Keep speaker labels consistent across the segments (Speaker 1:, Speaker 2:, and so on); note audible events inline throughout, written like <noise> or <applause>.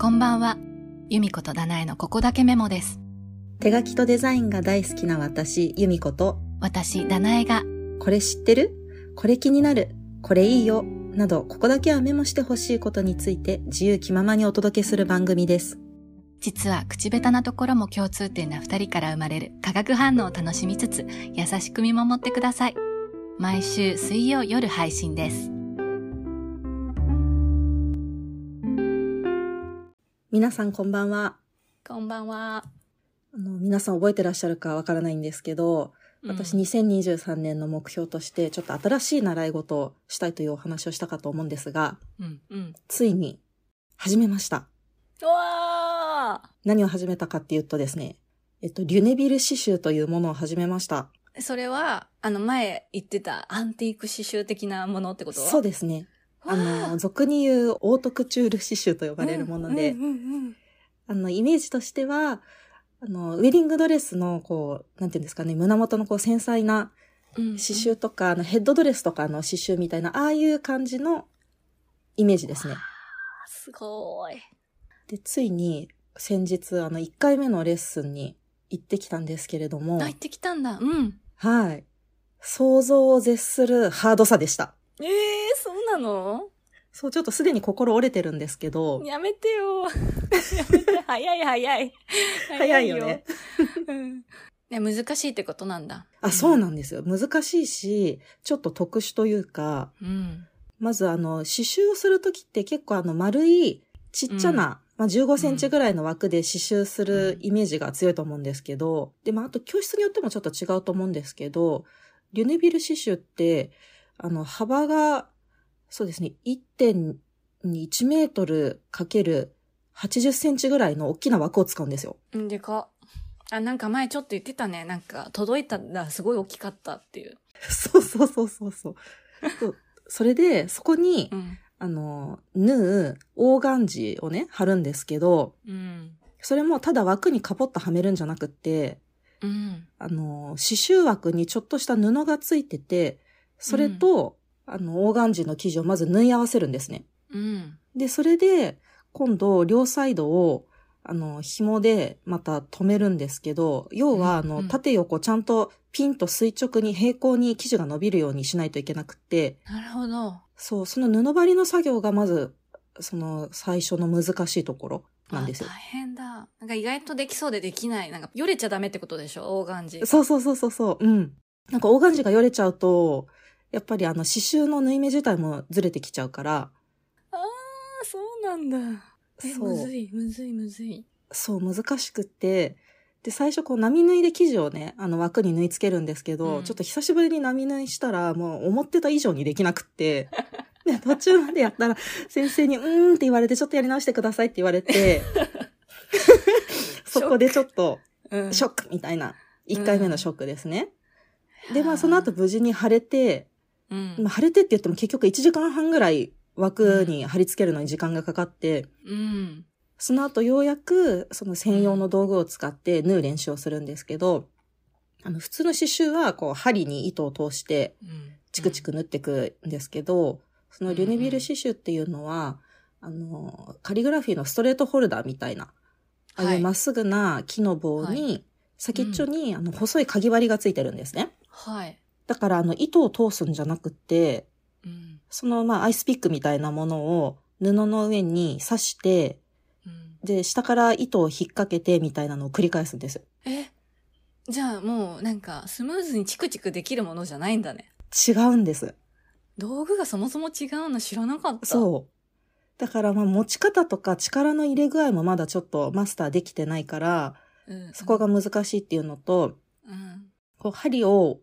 Speaker 1: こんばんは。由美子とダナエのここだけメモです。
Speaker 2: 手書きとデザインが大好きな私、由美子と、
Speaker 1: 私、ダナエが
Speaker 2: これ知ってるこれ気になるこれいいよなど、ここだけはメモしてほしいことについて自由気ままにお届けする番組です。
Speaker 1: 実は口下手なところも共通点な二人から生まれる化学反応を楽しみつつ優しく見守ってください毎週水曜夜配信です
Speaker 2: 皆さんこんばんは。
Speaker 1: こんばんは、
Speaker 2: あの、皆さん覚えてらっしゃるかわからないんですけど、私2023年の目標としてちょっと新しい習い事をしたいというお話をしたかと思うんですが、
Speaker 1: うんうん
Speaker 2: ついに始めました。
Speaker 1: わ
Speaker 2: 何を始めたかっていうとですね、えっと、リュネビル刺繍というものを始めました。
Speaker 3: えそれは、あの前言ってたアンティーク刺繍的なものってこと
Speaker 2: そう
Speaker 3: で
Speaker 2: ですね。あの、俗に言うオートクチュール刺繍と呼ばれるもので、
Speaker 3: うんうんうん
Speaker 2: あの、イメージとしては、あの、ウェディングドレスの、こう、なんていうんですかね、胸元のこう、繊細な
Speaker 3: うんうん
Speaker 2: 刺繍とか、あの、ヘッドドレスとかの刺繍みたいな、ああいう感じのイメージですね。
Speaker 3: あすごい。
Speaker 2: で、ついに、先日、あの、1回目のレッスンに行ってきたんですけれども、
Speaker 3: 入ってきたんだ。うん。
Speaker 2: はい。想像を絶するハードさでした。
Speaker 3: ええそうなの
Speaker 2: そう、ちょっとすでに心折れてるんですけど、
Speaker 3: やめてよ。 <laughs> やめて。早い早い。
Speaker 2: 早いよね。
Speaker 3: <laughs> うんね難しいってことなんだ。
Speaker 2: あ、そうなんですよ。難しいし、ちょっと特殊というか、
Speaker 3: うん。
Speaker 2: まずあの、刺繍をするときって結構あの、丸い、ちっちゃな、まあ、15センチぐらいの枠で刺繍するイメージが強いと思うんですけど、で、まあ、あと教室によってもちょっと違うと思うんですけど、リュネビル刺繍って、あの、幅が、そうですね、1.1メートルかける80センチぐらいの大きな枠を使うんですよ。
Speaker 3: うん。でか。あ、なんか前ちょっと言ってたね。なんか届いたんだ。すごい大きかったっていう。
Speaker 2: そうそうそうそうそう。そうそれで、そこに
Speaker 3: う、ん。
Speaker 2: あの、縫うオーガンジーをね、貼るんですけど、
Speaker 3: うん。
Speaker 2: それもただ枠にカポッとはめるんじゃなくって、
Speaker 3: うん。
Speaker 2: あの、刺繍枠にちょっとした布がついてて、それと、あの、オーガンジーの生地をまず縫い合わせるんですね。
Speaker 3: うん。
Speaker 2: で、それで、今度、両サイドを、あの、紐でまた止めるんですけど、要は、あ
Speaker 3: うんう
Speaker 2: の、
Speaker 3: ん
Speaker 2: 縦横ちゃんとピンと垂直に平行に生地が伸びるようにしないといけなくって、
Speaker 3: なるほど。
Speaker 2: そう、その布張りの作業がまず、その最初の難しいところなんですよ
Speaker 3: あ。大変だ。なんか意外とできそうでできない。なんか、よれちゃダメってことでしょオーガンジ。
Speaker 2: そうそうそうそうそう、うん。なんかオーガンジがよれちゃうと、やっぱりあの刺繍の縫い目自体もずれてきちゃうから、
Speaker 3: ああ、そうなんだ。え、
Speaker 2: そう
Speaker 3: むずい、むずい、むずい。
Speaker 2: そう難しくって、で、最初こう波縫いで生地をね、あの枠に縫い付けるんですけど、
Speaker 3: うん
Speaker 2: ちょっと久しぶりに波縫いしたら、もう思ってた以上にできなくって、で、途中までやったら、先生に、うーんって言われて、ちょっとやり直してくださいって言われ
Speaker 3: <laughs>
Speaker 2: て、そこでちょっと、
Speaker 3: うん
Speaker 2: ショックみたいな、1回目のショックですね。で、まあその後、無事に腫れて、
Speaker 3: うん。
Speaker 2: まあ、腫れてって言っても結局1時間半ぐらい枠に貼り付けるのに時間がかかって、
Speaker 3: うん。
Speaker 2: その後ようやくその専用の道具を使って縫う練習をするんですけど、あの普通の刺繍はこう針に糸を通して
Speaker 3: うん。
Speaker 2: チクチク縫っていくんですけど、そのリュネビル刺繍っていうのは、あの、カリグラフィーのストレートホルダーみたいな、ああ
Speaker 3: はいいう
Speaker 2: まっすぐな木の棒に、
Speaker 3: は
Speaker 2: 先っちょに、あの細いかぎ針がついてるんですね。
Speaker 3: はい。
Speaker 2: だからあの糸を通すんじゃなくて、
Speaker 3: うん。
Speaker 2: そのまあアイスピックみたいなものを布の上に刺して、
Speaker 3: うん。
Speaker 2: で、下から糸を引っ掛けてみたいなのを繰り返すんですよ。
Speaker 3: え、じゃあもう、なんか、スムーズにチクチクできるものじゃないんだね。
Speaker 2: 違うんです。
Speaker 3: 道具がそもそも違うの知らなかった。う。
Speaker 2: そう。だからまあ持ち方とか力の入れ具合もまだちょっとマスターできてないから、
Speaker 3: うん、
Speaker 2: そこが、難しいっていうのと、
Speaker 3: うん。
Speaker 2: こう針を、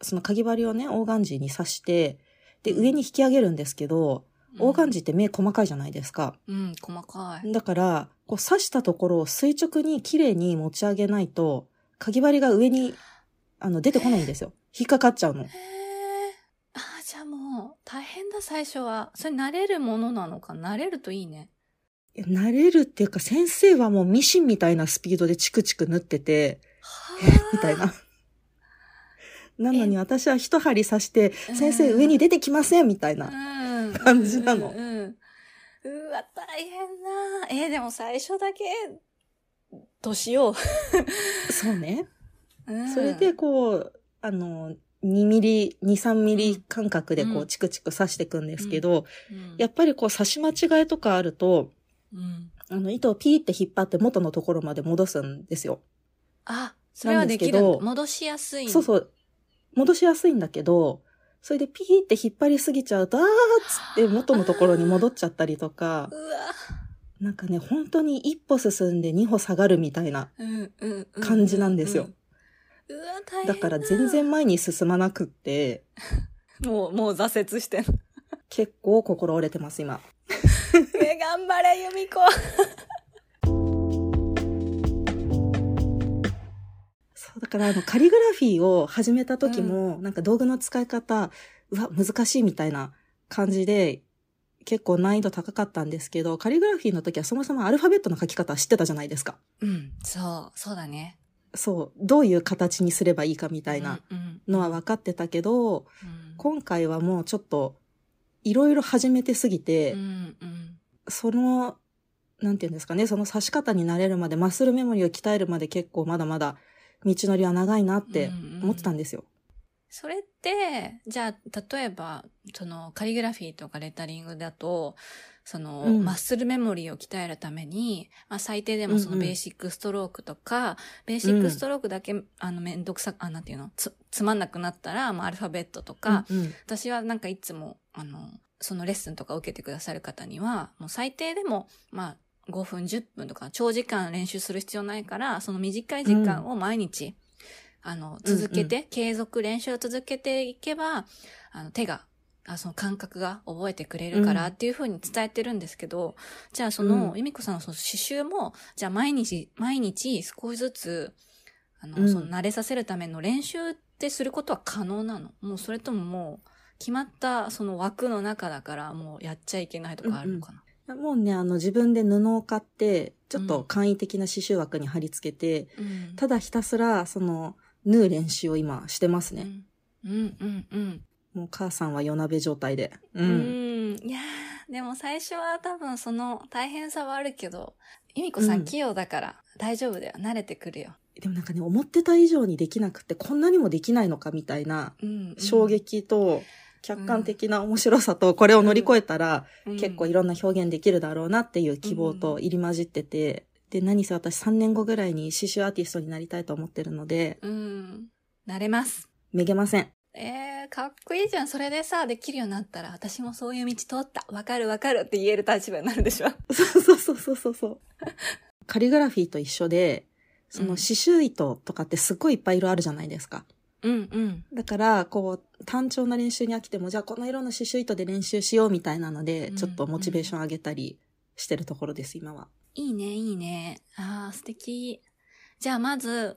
Speaker 2: そのかぎ針をね、オーガンジーに刺して、で、上に引き上げるんですけど、オーガンジーって目細かいじゃないですか。
Speaker 3: うん、細かい。
Speaker 2: だから、こう刺したところを垂直に綺麗に持ち上げないと、かぎ針が上に、あの、出てこないんですよ。引っかかっちゃうの。
Speaker 3: へえ。ああ、じゃあもう、大変だ、最初は。それ慣れるものなのか慣れるといいね。
Speaker 2: いや慣れるっていうか、先生はもうミシンみたいなスピードでチクチク縫ってて、
Speaker 3: は
Speaker 2: えみた
Speaker 3: <laughs>
Speaker 2: いな。なのに私は一針刺して、
Speaker 3: うん
Speaker 2: 先生上に出てきませんみたいな。
Speaker 3: な
Speaker 2: 感じなの
Speaker 3: うんうんうんうわが大変な。えーでも最初だけ、どうしよ
Speaker 2: そうね。
Speaker 3: う。うん
Speaker 2: それで、こう、あの、2ミリ、2、3ミリ間隔でこ
Speaker 1: う
Speaker 2: う、
Speaker 1: ん
Speaker 2: チクチク刺していくんですけど、
Speaker 3: うん
Speaker 2: やっぱりこう、刺し間違いとかあると、
Speaker 3: うん
Speaker 2: あの、糸をピーって引っ張って元のところまで戻すんですよ。
Speaker 3: あ、それはでき
Speaker 2: なんです
Speaker 3: る
Speaker 2: け。ど
Speaker 3: 戻しやすい。
Speaker 2: そう
Speaker 3: う。
Speaker 2: そう。戻しやすいんだけど、それでピーって引っ張りすぎちゃうと、あーっつって元のところに戻っちゃったりとか
Speaker 3: う、わ。
Speaker 2: なんかね、本当に一歩進んで二歩下がるみたいな。
Speaker 3: うんうんうん。
Speaker 2: 感じなんですよ。
Speaker 3: うわ、大変。
Speaker 2: だから全。然前に進まなくって、
Speaker 3: もう、もう挫折
Speaker 2: <laughs>
Speaker 3: してんの。
Speaker 2: 結構心折れてます、今。
Speaker 3: ね、頑張れ、由美子。
Speaker 2: そう、だからあの、カリグラフィーを始めた時も、なんか道具の使い方、うわ、難しいみたいな感じで、結構難易度高かったんですけど、カリグラフィーの時はそもそもアルファベットの書き方知ってたじゃないですか。
Speaker 3: うん、そう、そうだね。
Speaker 2: そう、どういう形にすればいいかみたいな
Speaker 3: うん。
Speaker 2: のは分かってたけど、
Speaker 3: うん
Speaker 2: 今回はもうちょっと、いろいろ始めてすぎて、
Speaker 3: うんうん。
Speaker 2: その、なんていうんですかね、その刺し方に慣れるまで、マッスルメモリーを鍛えるまで結構まだまだ道のりは長いなって思ってたんですよ。
Speaker 3: それって、じゃあ、例えば、その、カリグラフィーとかレタリングだと、その、
Speaker 2: うん
Speaker 3: マッスルメモリーを鍛えるために、まあ、最低でもそ
Speaker 2: うん
Speaker 3: の
Speaker 2: うん
Speaker 3: ベーシックストロークとか、ベーシックストロークだけ、あの、めんどくさ、あ、なんていうのつ、つまんなくなったら、まあ、アルファベットとか、
Speaker 2: うんうん
Speaker 3: 私はなんかいつも、あの、そのレッスンとか受けてくださる方には、もう最低でも、まあ、5分、10分とか、長時間練習する必要ないから、その短い時間を毎日、あの、続けて、継続練習を続けていけば、あの、手が、あその感覚が覚えてくれるから
Speaker 2: う
Speaker 3: っ
Speaker 2: ん
Speaker 3: ていうふうに伝えてるんですけど、じゃあその、
Speaker 2: うん
Speaker 3: 由美子さんのその刺繍も、じゃあ毎日、毎日少しずつ、あの、
Speaker 2: うん
Speaker 3: その慣れさせるための練習ってすることは可能なのもうそれとももう、決まったその枠の中だから、もうやっちゃいけないとかあるのかな、
Speaker 2: もうね、あの自分で布を買って、ちょっと簡易的な刺繍枠に貼り付けて、
Speaker 3: うん
Speaker 2: ただひたすら、その、縫う練習を今してますね。
Speaker 3: うんうんうん
Speaker 2: もう母さんは夜鍋状態で。
Speaker 3: う
Speaker 2: う
Speaker 3: ん。
Speaker 2: ん。
Speaker 3: いやーでも最初は多分その大変さはあるけど、由美子さ
Speaker 2: うんん
Speaker 3: 器用だから大丈夫だよ。慣れてくるよ。
Speaker 2: でもなんかね、思ってた以上にできなくて、こんなにもできないのかみたいな
Speaker 3: うん、うん
Speaker 2: 衝、撃と、客観的な面白さと、これを乗り越えたら、
Speaker 3: うん
Speaker 2: 結構いろんな表現できるだろうなっていう希望と入り混じってて、で、何せ私3年後ぐらいに刺繍アーティストになりたいと思ってるので、
Speaker 3: うん。慣れます。
Speaker 2: めげません。
Speaker 3: えー、かっこいいじゃん。それでさ、できるようになったら、私もそういう道通った。わかるわかるって言える立場になるでしょ。
Speaker 2: <laughs> そうそうそうそうそうそう。カリグラフィーと一緒で、その
Speaker 3: うん
Speaker 2: 刺繍糸とかってすっごいいっぱい色あるじゃないですか。
Speaker 3: うんうん。
Speaker 2: だから、こう、単調な練習に飽きても、じゃあこの色の刺繍糸で練習しようみたいなので、
Speaker 3: うん
Speaker 2: ちょっとモチベーション上げたりしてるところです、今は。
Speaker 3: いいね、いいね。ああ、素敵。じゃあ、まず、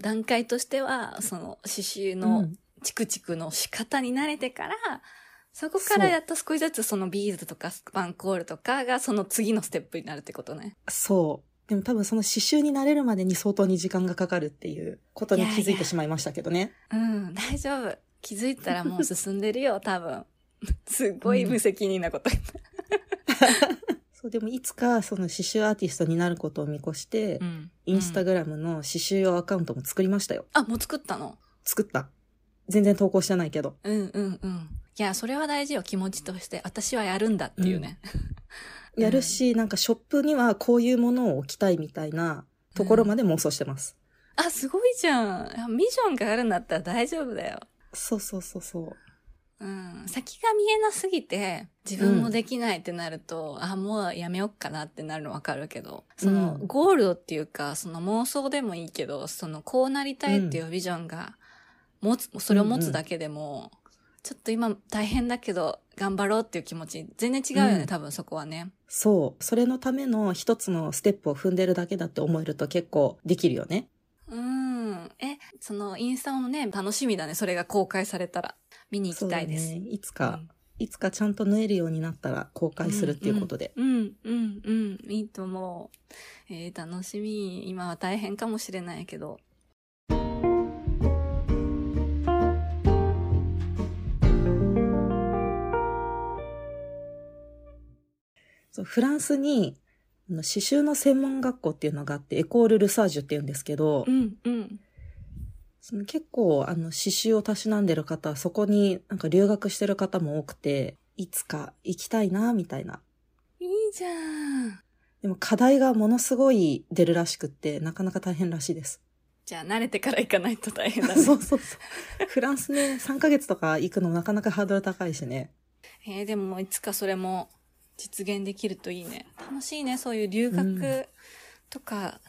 Speaker 3: 段階としては、その、刺繍
Speaker 2: う
Speaker 3: の
Speaker 2: ん
Speaker 3: チクチクの仕方に慣れてから、そこから
Speaker 2: そう
Speaker 3: やっと少しずつそのビーズとかスパンコールとかがその次のステップになるってことね。
Speaker 2: そう。でも多分その刺繍になれるまでに相当に時間がかかるっていうことに気
Speaker 3: いや
Speaker 2: づ
Speaker 3: い
Speaker 2: い
Speaker 3: や
Speaker 2: てしまいましたけどね。
Speaker 3: うん、大丈夫。気づいたらもう進んでるよ、多分。すごい無責任なこと言った。
Speaker 2: そう、でもいつかその刺繍アーティストになることを見越して、
Speaker 3: ん。
Speaker 2: インスタグラムの刺繍用アカウントも作りましたよ。
Speaker 3: あ、もう作ったの
Speaker 2: 作った。全然投稿してないけど。
Speaker 3: うんうんうん。いや、それは大事よ、気持ちとして。私はやるんだっていうね。うん
Speaker 2: やるし、なんかショップにはこういうものを置きたいみたいなところまで妄想してます。
Speaker 3: あ、すごいじゃん。あミジョンがあるんだったら大丈夫だよ。
Speaker 2: そうそうそうそ
Speaker 3: う
Speaker 2: う。
Speaker 3: ん。先が見えなすぎて、自分もできないってなると、あ、もうやめよっかなってなるのわかるけど、その、
Speaker 2: うん
Speaker 3: ゴールドっていうか、その妄想でもいいけど、その、こうなりたいっていうビジョンが、持つ、それを持つだけでも、ちょっと今大変だけど、頑張ろうっていう気持ち、全然違うよね、
Speaker 2: うん
Speaker 3: 多分そこはね。
Speaker 2: そう。それのための一つのステップを踏んでるだけだって思えると結構できるよね。
Speaker 3: うん。え、その、インスタもね、楽しみだね、それが公開されたら。見に行きたいです。
Speaker 2: そうだね。いつ
Speaker 3: う
Speaker 2: か、
Speaker 3: ん
Speaker 2: いつかちゃんと縫えるようになったら公開するっていうことで。
Speaker 3: うん、うん、うん、いいと思う。えー楽しみ。今は大変かもしれないけど。
Speaker 2: そうフランスに、あの刺繍の専門学校っていうのがあって、エコール・ルサージュっていうんですけど、
Speaker 3: うんうん。
Speaker 2: その結構、あの、刺繍をたしなんでる方は、そこになんか留学してる方も多くて、いつか行きたいな、みたいな。
Speaker 3: いいじゃん。
Speaker 2: でも課題がものすごい出るらしくって、なかなか大変らし
Speaker 3: <laughs>
Speaker 2: いです。
Speaker 3: じゃあ慣れてから行かないと大変だね。
Speaker 2: そうそうそう。 <laughs> フランスね、3ヶ月とか行くのもなかなかハードル高いしね。
Speaker 3: <laughs> えーでもいつかそれも実現できるといいね。楽しいね、そういう留
Speaker 2: うん
Speaker 3: 学とか、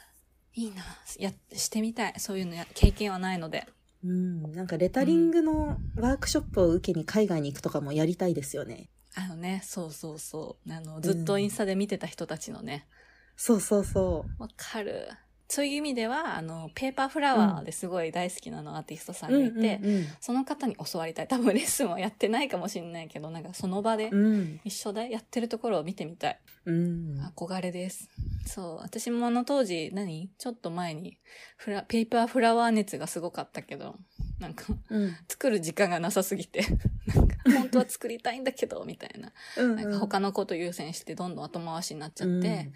Speaker 3: いいな。や、してみたい。そういうのや、経験はないので。
Speaker 2: うん、なんかレタリングのワークショップを受けに海外に行くとかもやりたいですよね。
Speaker 3: あのね、そうそうそう。あの、ずっとインスタで見てた人たちのね。
Speaker 2: そうそうそう。
Speaker 3: わかる。そういう意味では、あの、ペーパーフラワーですごい大好きなのアーティストさんがいて、
Speaker 2: うん
Speaker 3: その方に教わりたい。多分レッスンはやってないかもしれないけど、なんかその場で
Speaker 2: うん、うん。
Speaker 3: 一緒でやってるところを見てみたい。
Speaker 2: うん。
Speaker 3: 憧れです。そう。私もあの当時、何ちょっと前に、フラ、ペーパーフラワー熱がすごかったけど、なんか、
Speaker 2: うん。
Speaker 3: 作る時間がなさすぎて、 <laughs> なんか、本当は作りたいんだけど、みたいな。
Speaker 2: うん。
Speaker 3: なんか他のこと優先して、どんどん後回しになっちゃって、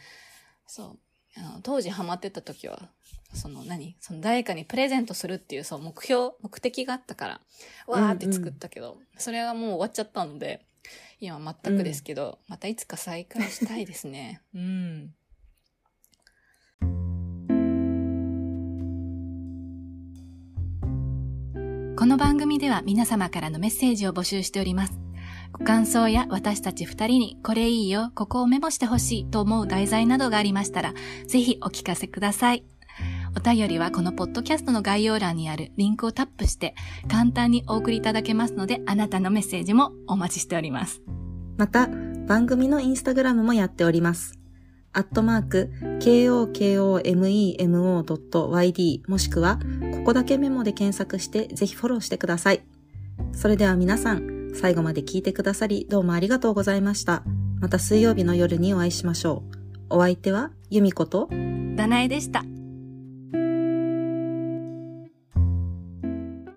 Speaker 3: そう。あの、当時ハマってた時は、その何その誰かにプレゼントするっていう、そう、目標、目的があったから、わーって作ったけど、それがもう終わっちゃったので、今は全くですけど、またいつか再開したいですね。うん。
Speaker 1: この番組では皆様からのメッセージを募集しております。ご感想や私たち二人にこれいいよ、ここをメモしてほしいと思う題材などがありましたら、ぜひお聞かせください。お便りはこのポッドキャストの概要欄にあるリンクをタップして簡単にお送りいただけますので、あなたのメッセージもお待ちしております。
Speaker 2: また、番組のインスタグラムもやっております。アットマーク、kokomemo.yd もしくは、ここだけメモで検索して、ぜひフォローしてください。それでは皆さん、最後まで聞いてくださり、どうもありがとうございました。また水曜日の夜にお会いしましょう。お相手は、ゆみこと、
Speaker 1: ダナエでした。